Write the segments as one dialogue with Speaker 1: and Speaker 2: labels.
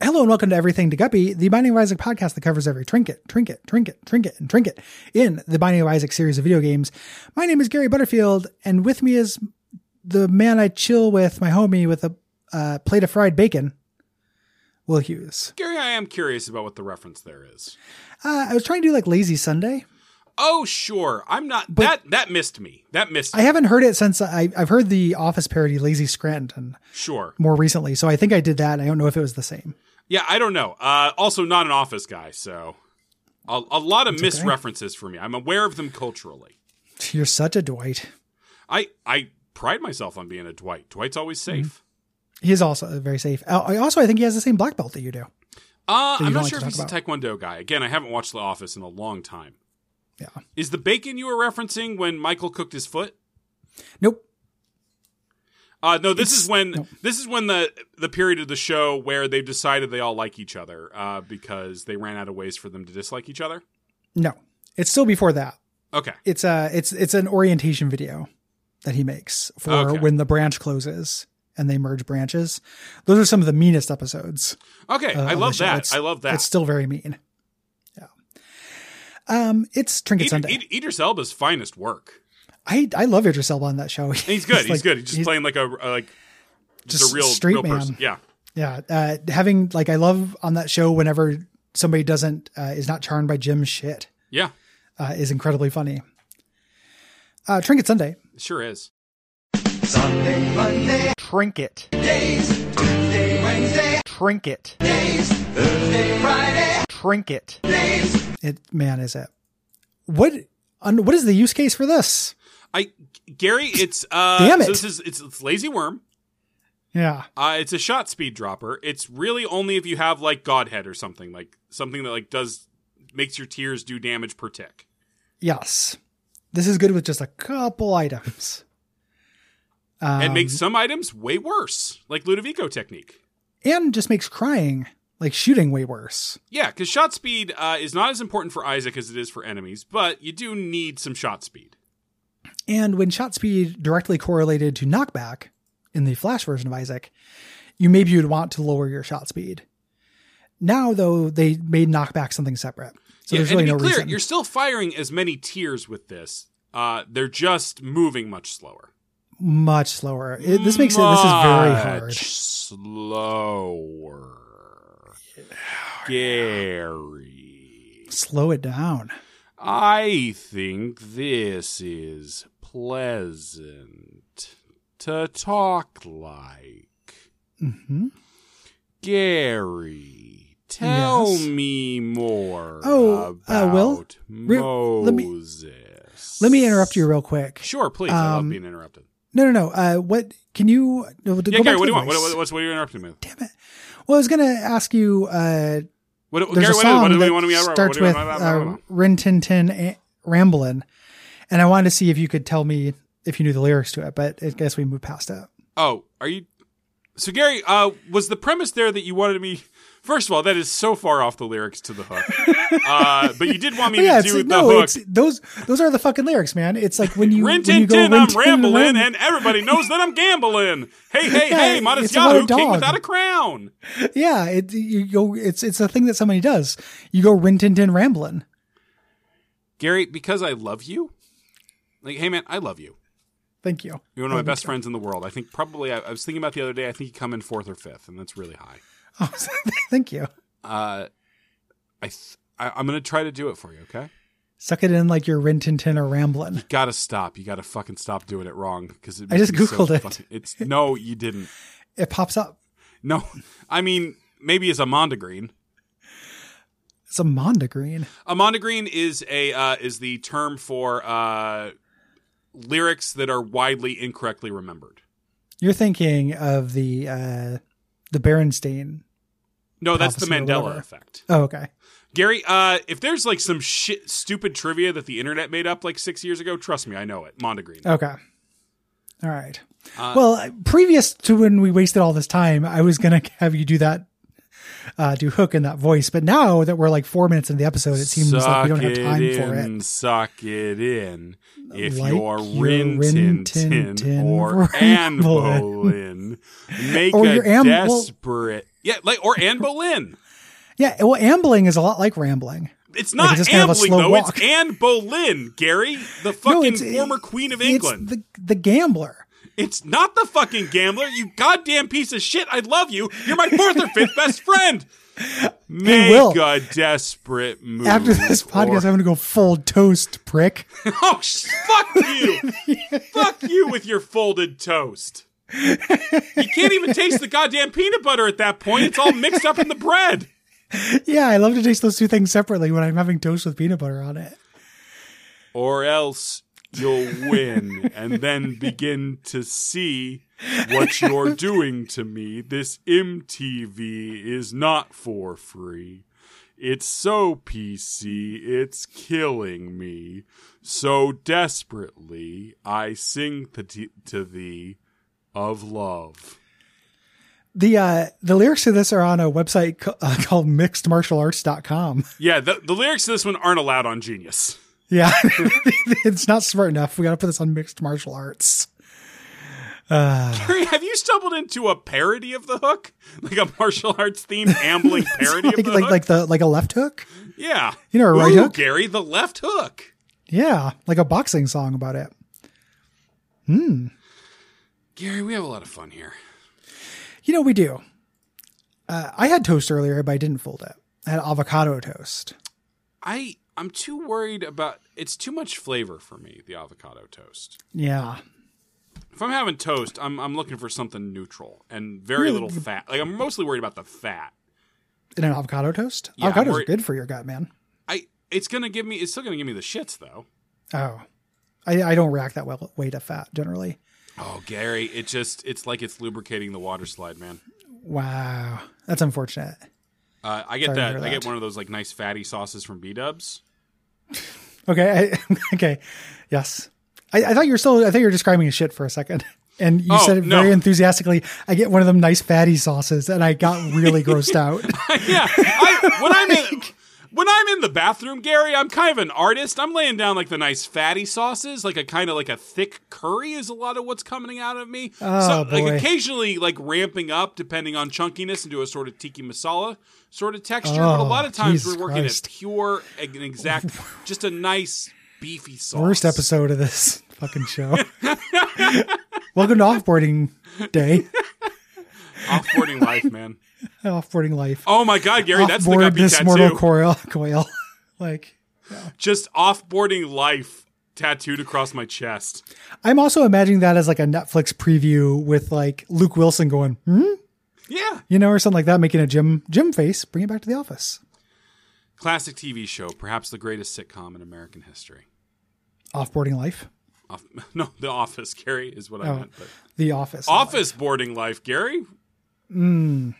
Speaker 1: Hello and welcome to Everything to Guppy, the Binding of Isaac podcast that covers every trinket, trinket, trinket, trinket, and trinket in the Binding of Isaac series of video games. My name is Gary Butterfield, and with me is the man I chill with, my homie, with a uh, plate of fried bacon, Will Hughes.
Speaker 2: Gary, I am curious about what the reference there is.
Speaker 1: Uh, I was trying to do like Lazy Sunday.
Speaker 2: Oh, sure. I'm not that that missed me. That missed
Speaker 1: I
Speaker 2: me.
Speaker 1: haven't heard it since I, I've heard the Office parody Lazy Scranton
Speaker 2: Sure.
Speaker 1: more recently, so I think I did that. and I don't know if it was the same.
Speaker 2: Yeah, I don't know. Uh, also, not an office guy, so a, a lot of misreferences for me. I'm aware of them culturally.
Speaker 1: You're such a Dwight.
Speaker 2: I I pride myself on being a Dwight. Dwight's always
Speaker 1: Mm-hmm.
Speaker 2: safe.
Speaker 1: He's also very safe. Uh, I also I think he has the same black belt that you do.
Speaker 2: Uh,
Speaker 1: you
Speaker 2: I'm
Speaker 1: don't
Speaker 2: not
Speaker 1: like
Speaker 2: sure if
Speaker 1: to
Speaker 2: he's
Speaker 1: talk
Speaker 2: a Taekwondo guy. Again, I haven't watched The Office in a long time.
Speaker 1: Yeah.
Speaker 2: Is the bacon you were referencing when Michael cooked his foot?
Speaker 1: Nope.
Speaker 2: Uh, no, this is when this is when the the period of the show where they decided they all like each other uh, because they ran out of ways for them to dislike each other.
Speaker 1: No. It's still before that.
Speaker 2: Okay,
Speaker 1: It's a it's it's an orientation video that he makes for
Speaker 2: Okay.
Speaker 1: when the branch closes and they merge branches. Those are some of the meanest episodes.
Speaker 2: okay,
Speaker 1: uh, on
Speaker 2: I
Speaker 1: the
Speaker 2: love
Speaker 1: show.
Speaker 2: that.
Speaker 1: It's-
Speaker 2: I love that.
Speaker 1: It's still very mean. Yeah. Um, it's Trinket
Speaker 2: Id-
Speaker 1: Sunday.
Speaker 2: Id- Idris Elba's finest work.
Speaker 1: I I love Idris Elba on that show.
Speaker 2: And he's good. he's,
Speaker 1: like-
Speaker 2: good. He's just playing like a a- like just,
Speaker 1: Just
Speaker 2: a real
Speaker 1: straight
Speaker 2: real
Speaker 1: man.
Speaker 2: person. Yeah.
Speaker 1: Yeah, uh, having like I love on that show whenever somebody doesn't uh, is not charmed by Jim's shit
Speaker 2: Yeah.
Speaker 1: uh, is incredibly funny. Uh, Trinket Sunday.
Speaker 2: It sure is.
Speaker 3: Sunday, Monday,
Speaker 4: Trinket.
Speaker 3: days, Tuesday, Wednesday,
Speaker 4: Trinket.
Speaker 3: days, Thursday, Friday,
Speaker 4: Trinket.
Speaker 3: days.
Speaker 1: It man is it. What un, what is the use case for this?
Speaker 2: I Gary, it's uh
Speaker 1: Damn it.
Speaker 2: so this is it's, it's lazy worm.
Speaker 1: Yeah,
Speaker 2: Uh it's a shot speed dropper. It's really only if you have like godhead or something like something that like does makes your tears do damage per tick.
Speaker 1: yes, this is good with just a couple items. Um,
Speaker 2: and makes some items way worse, like Ludovico technique.
Speaker 1: Um, and just makes crying like shooting way worse.
Speaker 2: Yeah, because shot speed uh, is not as important for Isaac as it is for enemies, but you do need some shot speed.
Speaker 1: And when shot speed directly correlated to knockback in the Flash version of Isaac, you maybe you'd want to lower your shot speed. Now, though, they made knockback something separate, so
Speaker 2: yeah,
Speaker 1: there's
Speaker 2: and
Speaker 1: really
Speaker 2: to
Speaker 1: no
Speaker 2: be clear,
Speaker 1: reason.
Speaker 2: you're still firing as many tiers with this. Uh, they're just moving much slower.
Speaker 1: Much slower. It, this makes it. This is very hard.
Speaker 2: Much Slower. Gary.
Speaker 1: Slow it down.
Speaker 2: I think this is pleasant to talk like.
Speaker 1: hmm
Speaker 2: Gary, tell
Speaker 1: Yes?
Speaker 2: me more
Speaker 1: Oh,
Speaker 2: about
Speaker 1: uh, Will? Re- let me-
Speaker 2: Moses.
Speaker 1: Let me interrupt you real quick.
Speaker 2: Sure, please. I love
Speaker 1: Um,
Speaker 2: being interrupted.
Speaker 1: No, no, no. Uh, what can you? no, go
Speaker 2: Yeah,
Speaker 1: back to
Speaker 2: Gary, what do
Speaker 1: the
Speaker 2: you want? What,
Speaker 1: voice.
Speaker 2: what, what's what are you interrupting me? with?
Speaker 1: Damn it. Well, I was gonna ask you. Uh,
Speaker 2: What, Gary,
Speaker 1: there's a
Speaker 2: what, do-
Speaker 1: song
Speaker 2: what do we
Speaker 1: that
Speaker 2: want to be what
Speaker 1: starts
Speaker 2: do we
Speaker 1: with
Speaker 2: want to- blah, blah,
Speaker 1: uh,
Speaker 2: blah.
Speaker 1: Rin Tin Tin A- Ramblin', and I wanted to see if you could tell me if you knew the lyrics to it, but I guess we moved past it.
Speaker 2: Oh, are you? So, Gary, uh, was the premise there that you wanted me? First of all, that is so far off the lyrics to the hook. uh, but you did want me
Speaker 1: But Oh, yeah,
Speaker 2: to
Speaker 1: it's,
Speaker 2: do the
Speaker 1: no,
Speaker 2: hook.
Speaker 1: it's those those are the fucking lyrics, man. It's like when you
Speaker 2: Rin
Speaker 1: when
Speaker 2: tin
Speaker 1: you go
Speaker 2: tin,
Speaker 1: Rin
Speaker 2: I'm
Speaker 1: Tin
Speaker 2: rambling,
Speaker 1: Ram-
Speaker 2: and everybody knows that I'm gambling. Hey, hey,
Speaker 1: Yeah,
Speaker 2: hey, modest
Speaker 1: it's about a
Speaker 2: Yahoo, king
Speaker 1: dog.
Speaker 2: without a crown.
Speaker 1: yeah, it, you go. It's it's a thing that somebody does. You go Rin Tin Tin Ramblin'.
Speaker 2: Gary, because I love you. Like, hey, man, I love you.
Speaker 1: Thank you.
Speaker 2: You're one of my
Speaker 1: Oh,
Speaker 2: best friends in the world. I think probably I, I was thinking about the other day. I think you come in fourth or fifth, and that's really high.
Speaker 1: Oh, thank you.
Speaker 2: Uh, I, th- I I'm gonna try to do it for you. Okay.
Speaker 1: Suck it in like you're Rin Tin Tin or Ramblin'.
Speaker 2: gotta stop. You gotta fucking stop doing it wrong because it
Speaker 1: I
Speaker 2: makes
Speaker 1: just
Speaker 2: me so
Speaker 1: Googled it.
Speaker 2: fucking- It's no, you didn't.
Speaker 1: It pops up.
Speaker 2: No, I mean maybe it's Amanda Green.
Speaker 1: It's a Monda Green.
Speaker 2: Amanda Green is a uh, is the term for uh, lyrics that are widely incorrectly remembered.
Speaker 1: You're thinking of the uh the Berenstain.
Speaker 2: No, that's the
Speaker 1: Prophecy or
Speaker 2: Mandela
Speaker 1: whatever.
Speaker 2: effect.
Speaker 1: Oh, okay.
Speaker 2: Gary, uh, if there's like some shit, stupid trivia that the internet made up like six years ago, trust me, I know it. Amanda Green.
Speaker 1: Okay. All right.
Speaker 2: Uh,
Speaker 1: well, I- previous to when we wasted all this time, I was going to have you do that, uh, do hook in that voice. But now that we're like four minutes into the episode, it seems like we don't have time
Speaker 2: it
Speaker 1: for
Speaker 2: in,
Speaker 1: it.
Speaker 2: Suck it in. If
Speaker 1: Like
Speaker 2: you're
Speaker 1: your
Speaker 2: Rin Tin Tin
Speaker 1: Tin
Speaker 2: or
Speaker 1: Ramblin'.
Speaker 2: Anbolin, make
Speaker 1: Or
Speaker 2: a
Speaker 1: your Am- well-
Speaker 2: desperate Yeah, like or Anne Boleyn.
Speaker 1: Yeah, well, ambling is a lot like rambling.
Speaker 2: It's
Speaker 1: Like,
Speaker 2: not
Speaker 1: it's just kind of a
Speaker 2: Ambling
Speaker 1: slow
Speaker 2: though.
Speaker 1: walk.
Speaker 2: It's Anne Boleyn, Gary, the fucking
Speaker 1: it's-
Speaker 2: former Queen of
Speaker 1: It's
Speaker 2: England.
Speaker 1: the the gambler.
Speaker 2: It's not the fucking gambler, you goddamn piece of shit. I love you. You're my fourth or fifth best friend. Make
Speaker 1: Will.
Speaker 2: a desperate move.
Speaker 1: After this podcast, I'm
Speaker 2: or-
Speaker 1: going to go full toast, prick.
Speaker 2: oh sh- fuck you, fuck you with your folded toast. You can't even taste the goddamn peanut butter at that point. It's all mixed up in the bread.
Speaker 1: yeah, I love to taste those two things separately when I'm having toast with peanut butter on it.
Speaker 2: Or else you'll win and then begin to see what you're doing to me. This MTV is not for free. It's so PC, it's killing me. So desperately, I sing to, t- to thee of love.
Speaker 1: The uh, the lyrics to this are on a website ca- uh, called mixedmartialarts.com.
Speaker 2: Yeah, the, the lyrics to this one aren't allowed on Genius.
Speaker 1: Yeah, it's not smart enough. We got to put this on mixed martial arts.
Speaker 2: Harry, have you stumbled into a parody of the hook? Like a martial arts themed ambling parody
Speaker 1: like
Speaker 2: of the
Speaker 1: like,
Speaker 2: hook?
Speaker 1: like the like a left hook.
Speaker 2: Yeah.
Speaker 1: You know, a right
Speaker 2: Ooh,
Speaker 1: hook?
Speaker 2: Gary, the left hook.
Speaker 1: Yeah, like a boxing song about it.
Speaker 2: Gary, we have a lot of fun here.
Speaker 1: You know we do. Uh, I had toast earlier, but I didn't fold it. I had avocado toast.
Speaker 2: I I'm too worried about it's too much flavor for me, the avocado toast.
Speaker 1: Yeah,
Speaker 2: If I'm having toast, I'm I'm looking for something neutral and very little fat. Like I'm mostly worried about the fat.
Speaker 1: in an avocado toast.
Speaker 2: Yeah, I'm
Speaker 1: Avocado's
Speaker 2: worried-
Speaker 1: good for your gut, man.
Speaker 2: I it's gonna give me it's still gonna give me the shits though.
Speaker 1: Oh, I, I don't react that well way to fat generally.
Speaker 2: Oh Gary, it just it's like it's lubricating the water slide, man.
Speaker 1: Wow, that's unfortunate.
Speaker 2: Uh, I get
Speaker 1: Sorry to
Speaker 2: that,
Speaker 1: hear
Speaker 2: I get
Speaker 1: that.
Speaker 2: one of those like nice fatty sauces from B Dubs.
Speaker 1: Okay, I, okay, yes. I, I thought you were still. I thought you were describing a shit for a second, and you
Speaker 2: Oh,
Speaker 1: said it
Speaker 2: no.
Speaker 1: very enthusiastically. I get one of them nice fatty sauces, and I got really grossed out.
Speaker 2: yeah. I, when I'm in when I'm in the bathroom, Gary, I'm kind of an artist. I'm laying down like the nice fatty sauces, like a kind of like a thick curry is a lot of what's coming out of me.
Speaker 1: Oh,
Speaker 2: so like
Speaker 1: boy.
Speaker 2: occasionally like ramping up depending on chunkiness into a sort of tiki masala sort of texture. but a
Speaker 1: Oh,
Speaker 2: lot of times
Speaker 1: Jesus
Speaker 2: we're working
Speaker 1: Christ.
Speaker 2: at pure and exact just a nice beefy sauce.
Speaker 1: Worst episode of this fucking show. Welcome to offboarding day,
Speaker 2: Offboarding life, man.
Speaker 1: offboarding life.
Speaker 2: Oh my god, Gary, that's the
Speaker 1: Offboard
Speaker 2: guppy
Speaker 1: this
Speaker 2: tattoo.
Speaker 1: mortal coil, coil. like
Speaker 2: Just offboarding life tattooed across my chest.
Speaker 1: I'm also imagining that as like a Netflix preview with like Luke Wilson going, hmm?
Speaker 2: Yeah.
Speaker 1: you know, or something like that, making a Jim Jim face. Bring it back to the office.
Speaker 2: Classic TV show, perhaps the greatest sitcom in American history.
Speaker 1: Offboarding life,
Speaker 2: Off- no, The Office, Gary, is what I
Speaker 1: Oh.
Speaker 2: meant. But
Speaker 1: the office,
Speaker 2: office boarding life, Gary.
Speaker 1: Like,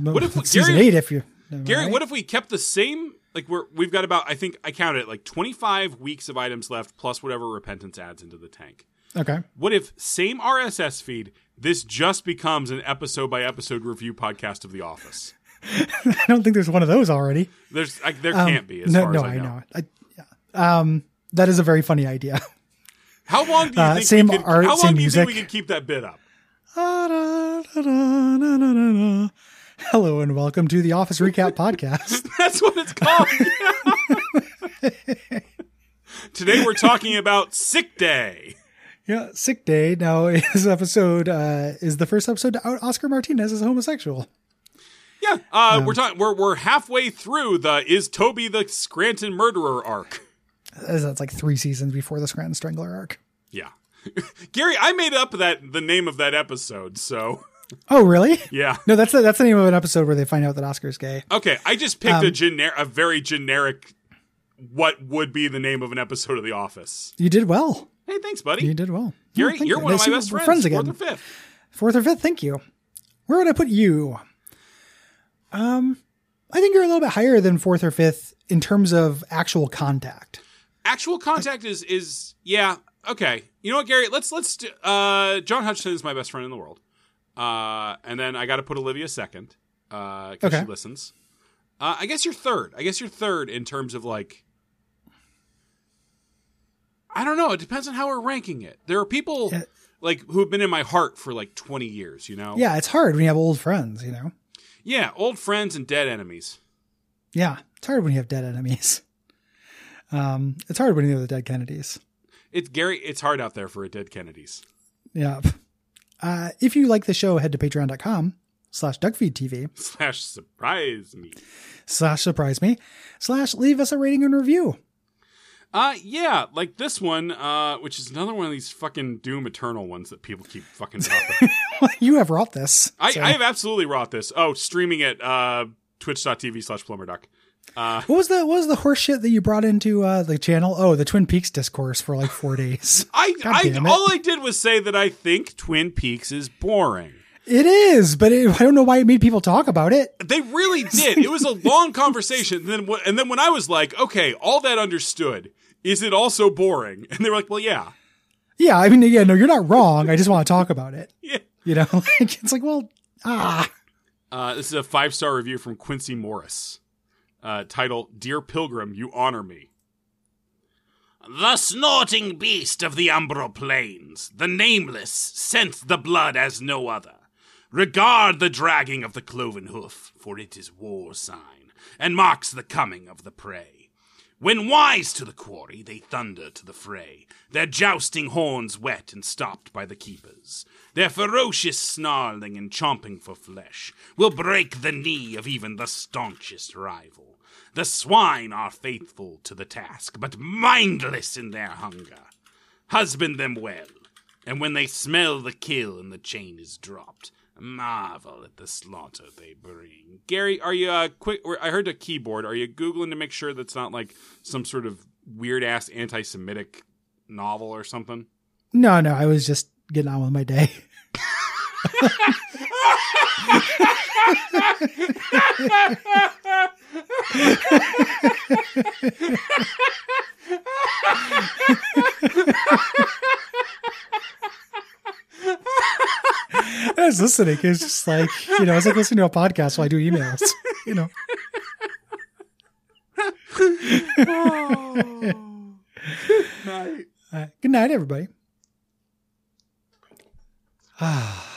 Speaker 2: what if-
Speaker 1: season
Speaker 2: Gary-
Speaker 1: eight? If you
Speaker 2: Gary, what if we kept the same? Like we're we've got about I think I counted it like 25 weeks of items left plus whatever repentance adds into the tank.
Speaker 1: okay,
Speaker 2: What if same RSS feed? This just becomes an episode by episode review podcast of The Office.
Speaker 1: I don't think there's one of those already.
Speaker 2: There's I, there can't be as
Speaker 1: Um, no, no,
Speaker 2: far as I, know.
Speaker 1: I, yeah. um, that is a very funny idea.
Speaker 2: How long do you
Speaker 1: Uh,
Speaker 2: think
Speaker 1: same
Speaker 2: we could,
Speaker 1: art,
Speaker 2: how long
Speaker 1: same
Speaker 2: do you think we
Speaker 1: music.
Speaker 2: could keep that bit up?
Speaker 1: Hello and welcome to the Office Recap Podcast.
Speaker 2: That's what it's called. Today we're talking about sick day.
Speaker 1: Yeah, sick day. Now is episode uh, is the first episode to out Oscar Martinez as a homosexual.
Speaker 2: Yeah, uh, we're talking. We're we're halfway through the is Toby the Scranton murderer arc.
Speaker 1: As That's like three seasons before the Scranton Strangler arc.
Speaker 2: Yeah, Gary, I made up that the name of that episode. So
Speaker 1: Oh, really?
Speaker 2: yeah,
Speaker 1: No, that's the, that's the name of an episode where they find out that Oscar's gay.
Speaker 2: okay. I just picked a generic, a very generic, what would be the name of an episode of The Office.
Speaker 1: You did well.
Speaker 2: Hey, thanks, buddy.
Speaker 1: You did well.
Speaker 2: Gary,
Speaker 1: Oh, thank
Speaker 2: you're
Speaker 1: you.
Speaker 2: one of
Speaker 1: They
Speaker 2: my
Speaker 1: see
Speaker 2: best
Speaker 1: we're
Speaker 2: friends.
Speaker 1: friends
Speaker 2: fourth
Speaker 1: again.
Speaker 2: or fifth.
Speaker 1: Fourth or fifth. Thank you. Where would I put you? Um, I think you're a little bit higher than fourth or fifth in terms of actual contact.
Speaker 2: actual contact is is yeah okay you know what gary let's let's do, uh john hutchinson is my best friend in the world uh and then i gotta put olivia second uh 'cause
Speaker 1: Okay.
Speaker 2: she listens uh i guess you're third i guess you're third in terms of like i don't know it depends on how we're ranking it there are people
Speaker 1: Yeah.
Speaker 2: like who have been in my heart for like 20 years you know
Speaker 1: Yeah, it's hard when you have old friends. You know.
Speaker 2: Yeah, old friends and dead enemies.
Speaker 1: Yeah, it's hard when you have dead enemies. Um, it's hard when you have the dead Kennedys.
Speaker 2: It's Gary. It's hard out there for a dead Kennedys.
Speaker 1: Yeah. Uh, if you like the show, head to patreon.com slash duckfeedtv
Speaker 2: Slash surprise me.
Speaker 1: slash surprise me slash leave us a rating and review.
Speaker 2: Uh yeah, like this one, uh, which is another one of these fucking Doom Eternal ones that people keep fucking dropping.
Speaker 1: you have wrought this.
Speaker 2: I,
Speaker 1: so-
Speaker 2: I have absolutely wrought this. Oh, streaming at uh twitch.tv slash plumberduck. Uh
Speaker 1: what was the what was the horse shit that you brought into uh, the channel? Oh, the Twin Peaks discourse for like four days.
Speaker 2: I,
Speaker 1: God
Speaker 2: I
Speaker 1: damn it.
Speaker 2: all I did was say that I think Twin Peaks is boring.
Speaker 1: It is, but it, I don't know why it made people talk about it.
Speaker 2: They really did. It was a long conversation. And then wh- and then when I was like, okay, all that understood, is it also boring? And they were like, well, yeah,
Speaker 1: Yeah, I mean, yeah, no, you're not wrong. I just want to talk about it.
Speaker 2: yeah.
Speaker 1: You know, like it's like, well, ah,
Speaker 2: Uh, this is a five star review from Quincy Morris. Uh, title Dear Pilgrim, You Honor Me. The snorting beast of the Umbral Plains, the nameless, scents the blood as no other. Regard the dragging of the cloven hoof, for it is war sign, and marks the coming of the prey. When wise to the quarry, they thunder to the fray, their jousting horns wet and stopped by the keepers. Their ferocious snarling and chomping for flesh will break the knee of even the staunchest rival. The swine are faithful to the task, but mindless in their hunger. Husband them well, and when they smell the kill and the chain is dropped, marvel at the slaughter they bring. Gary, are you uh, quick? or I heard a keyboard. Are you googling to make sure that's not like some sort of weird ass anti-Semitic novel or something?
Speaker 1: no, no, I was just getting on with my day. I was listening. It's just like you know, it's like listening to a podcast while I do emails. You know. Uh, good night, everybody. Ah.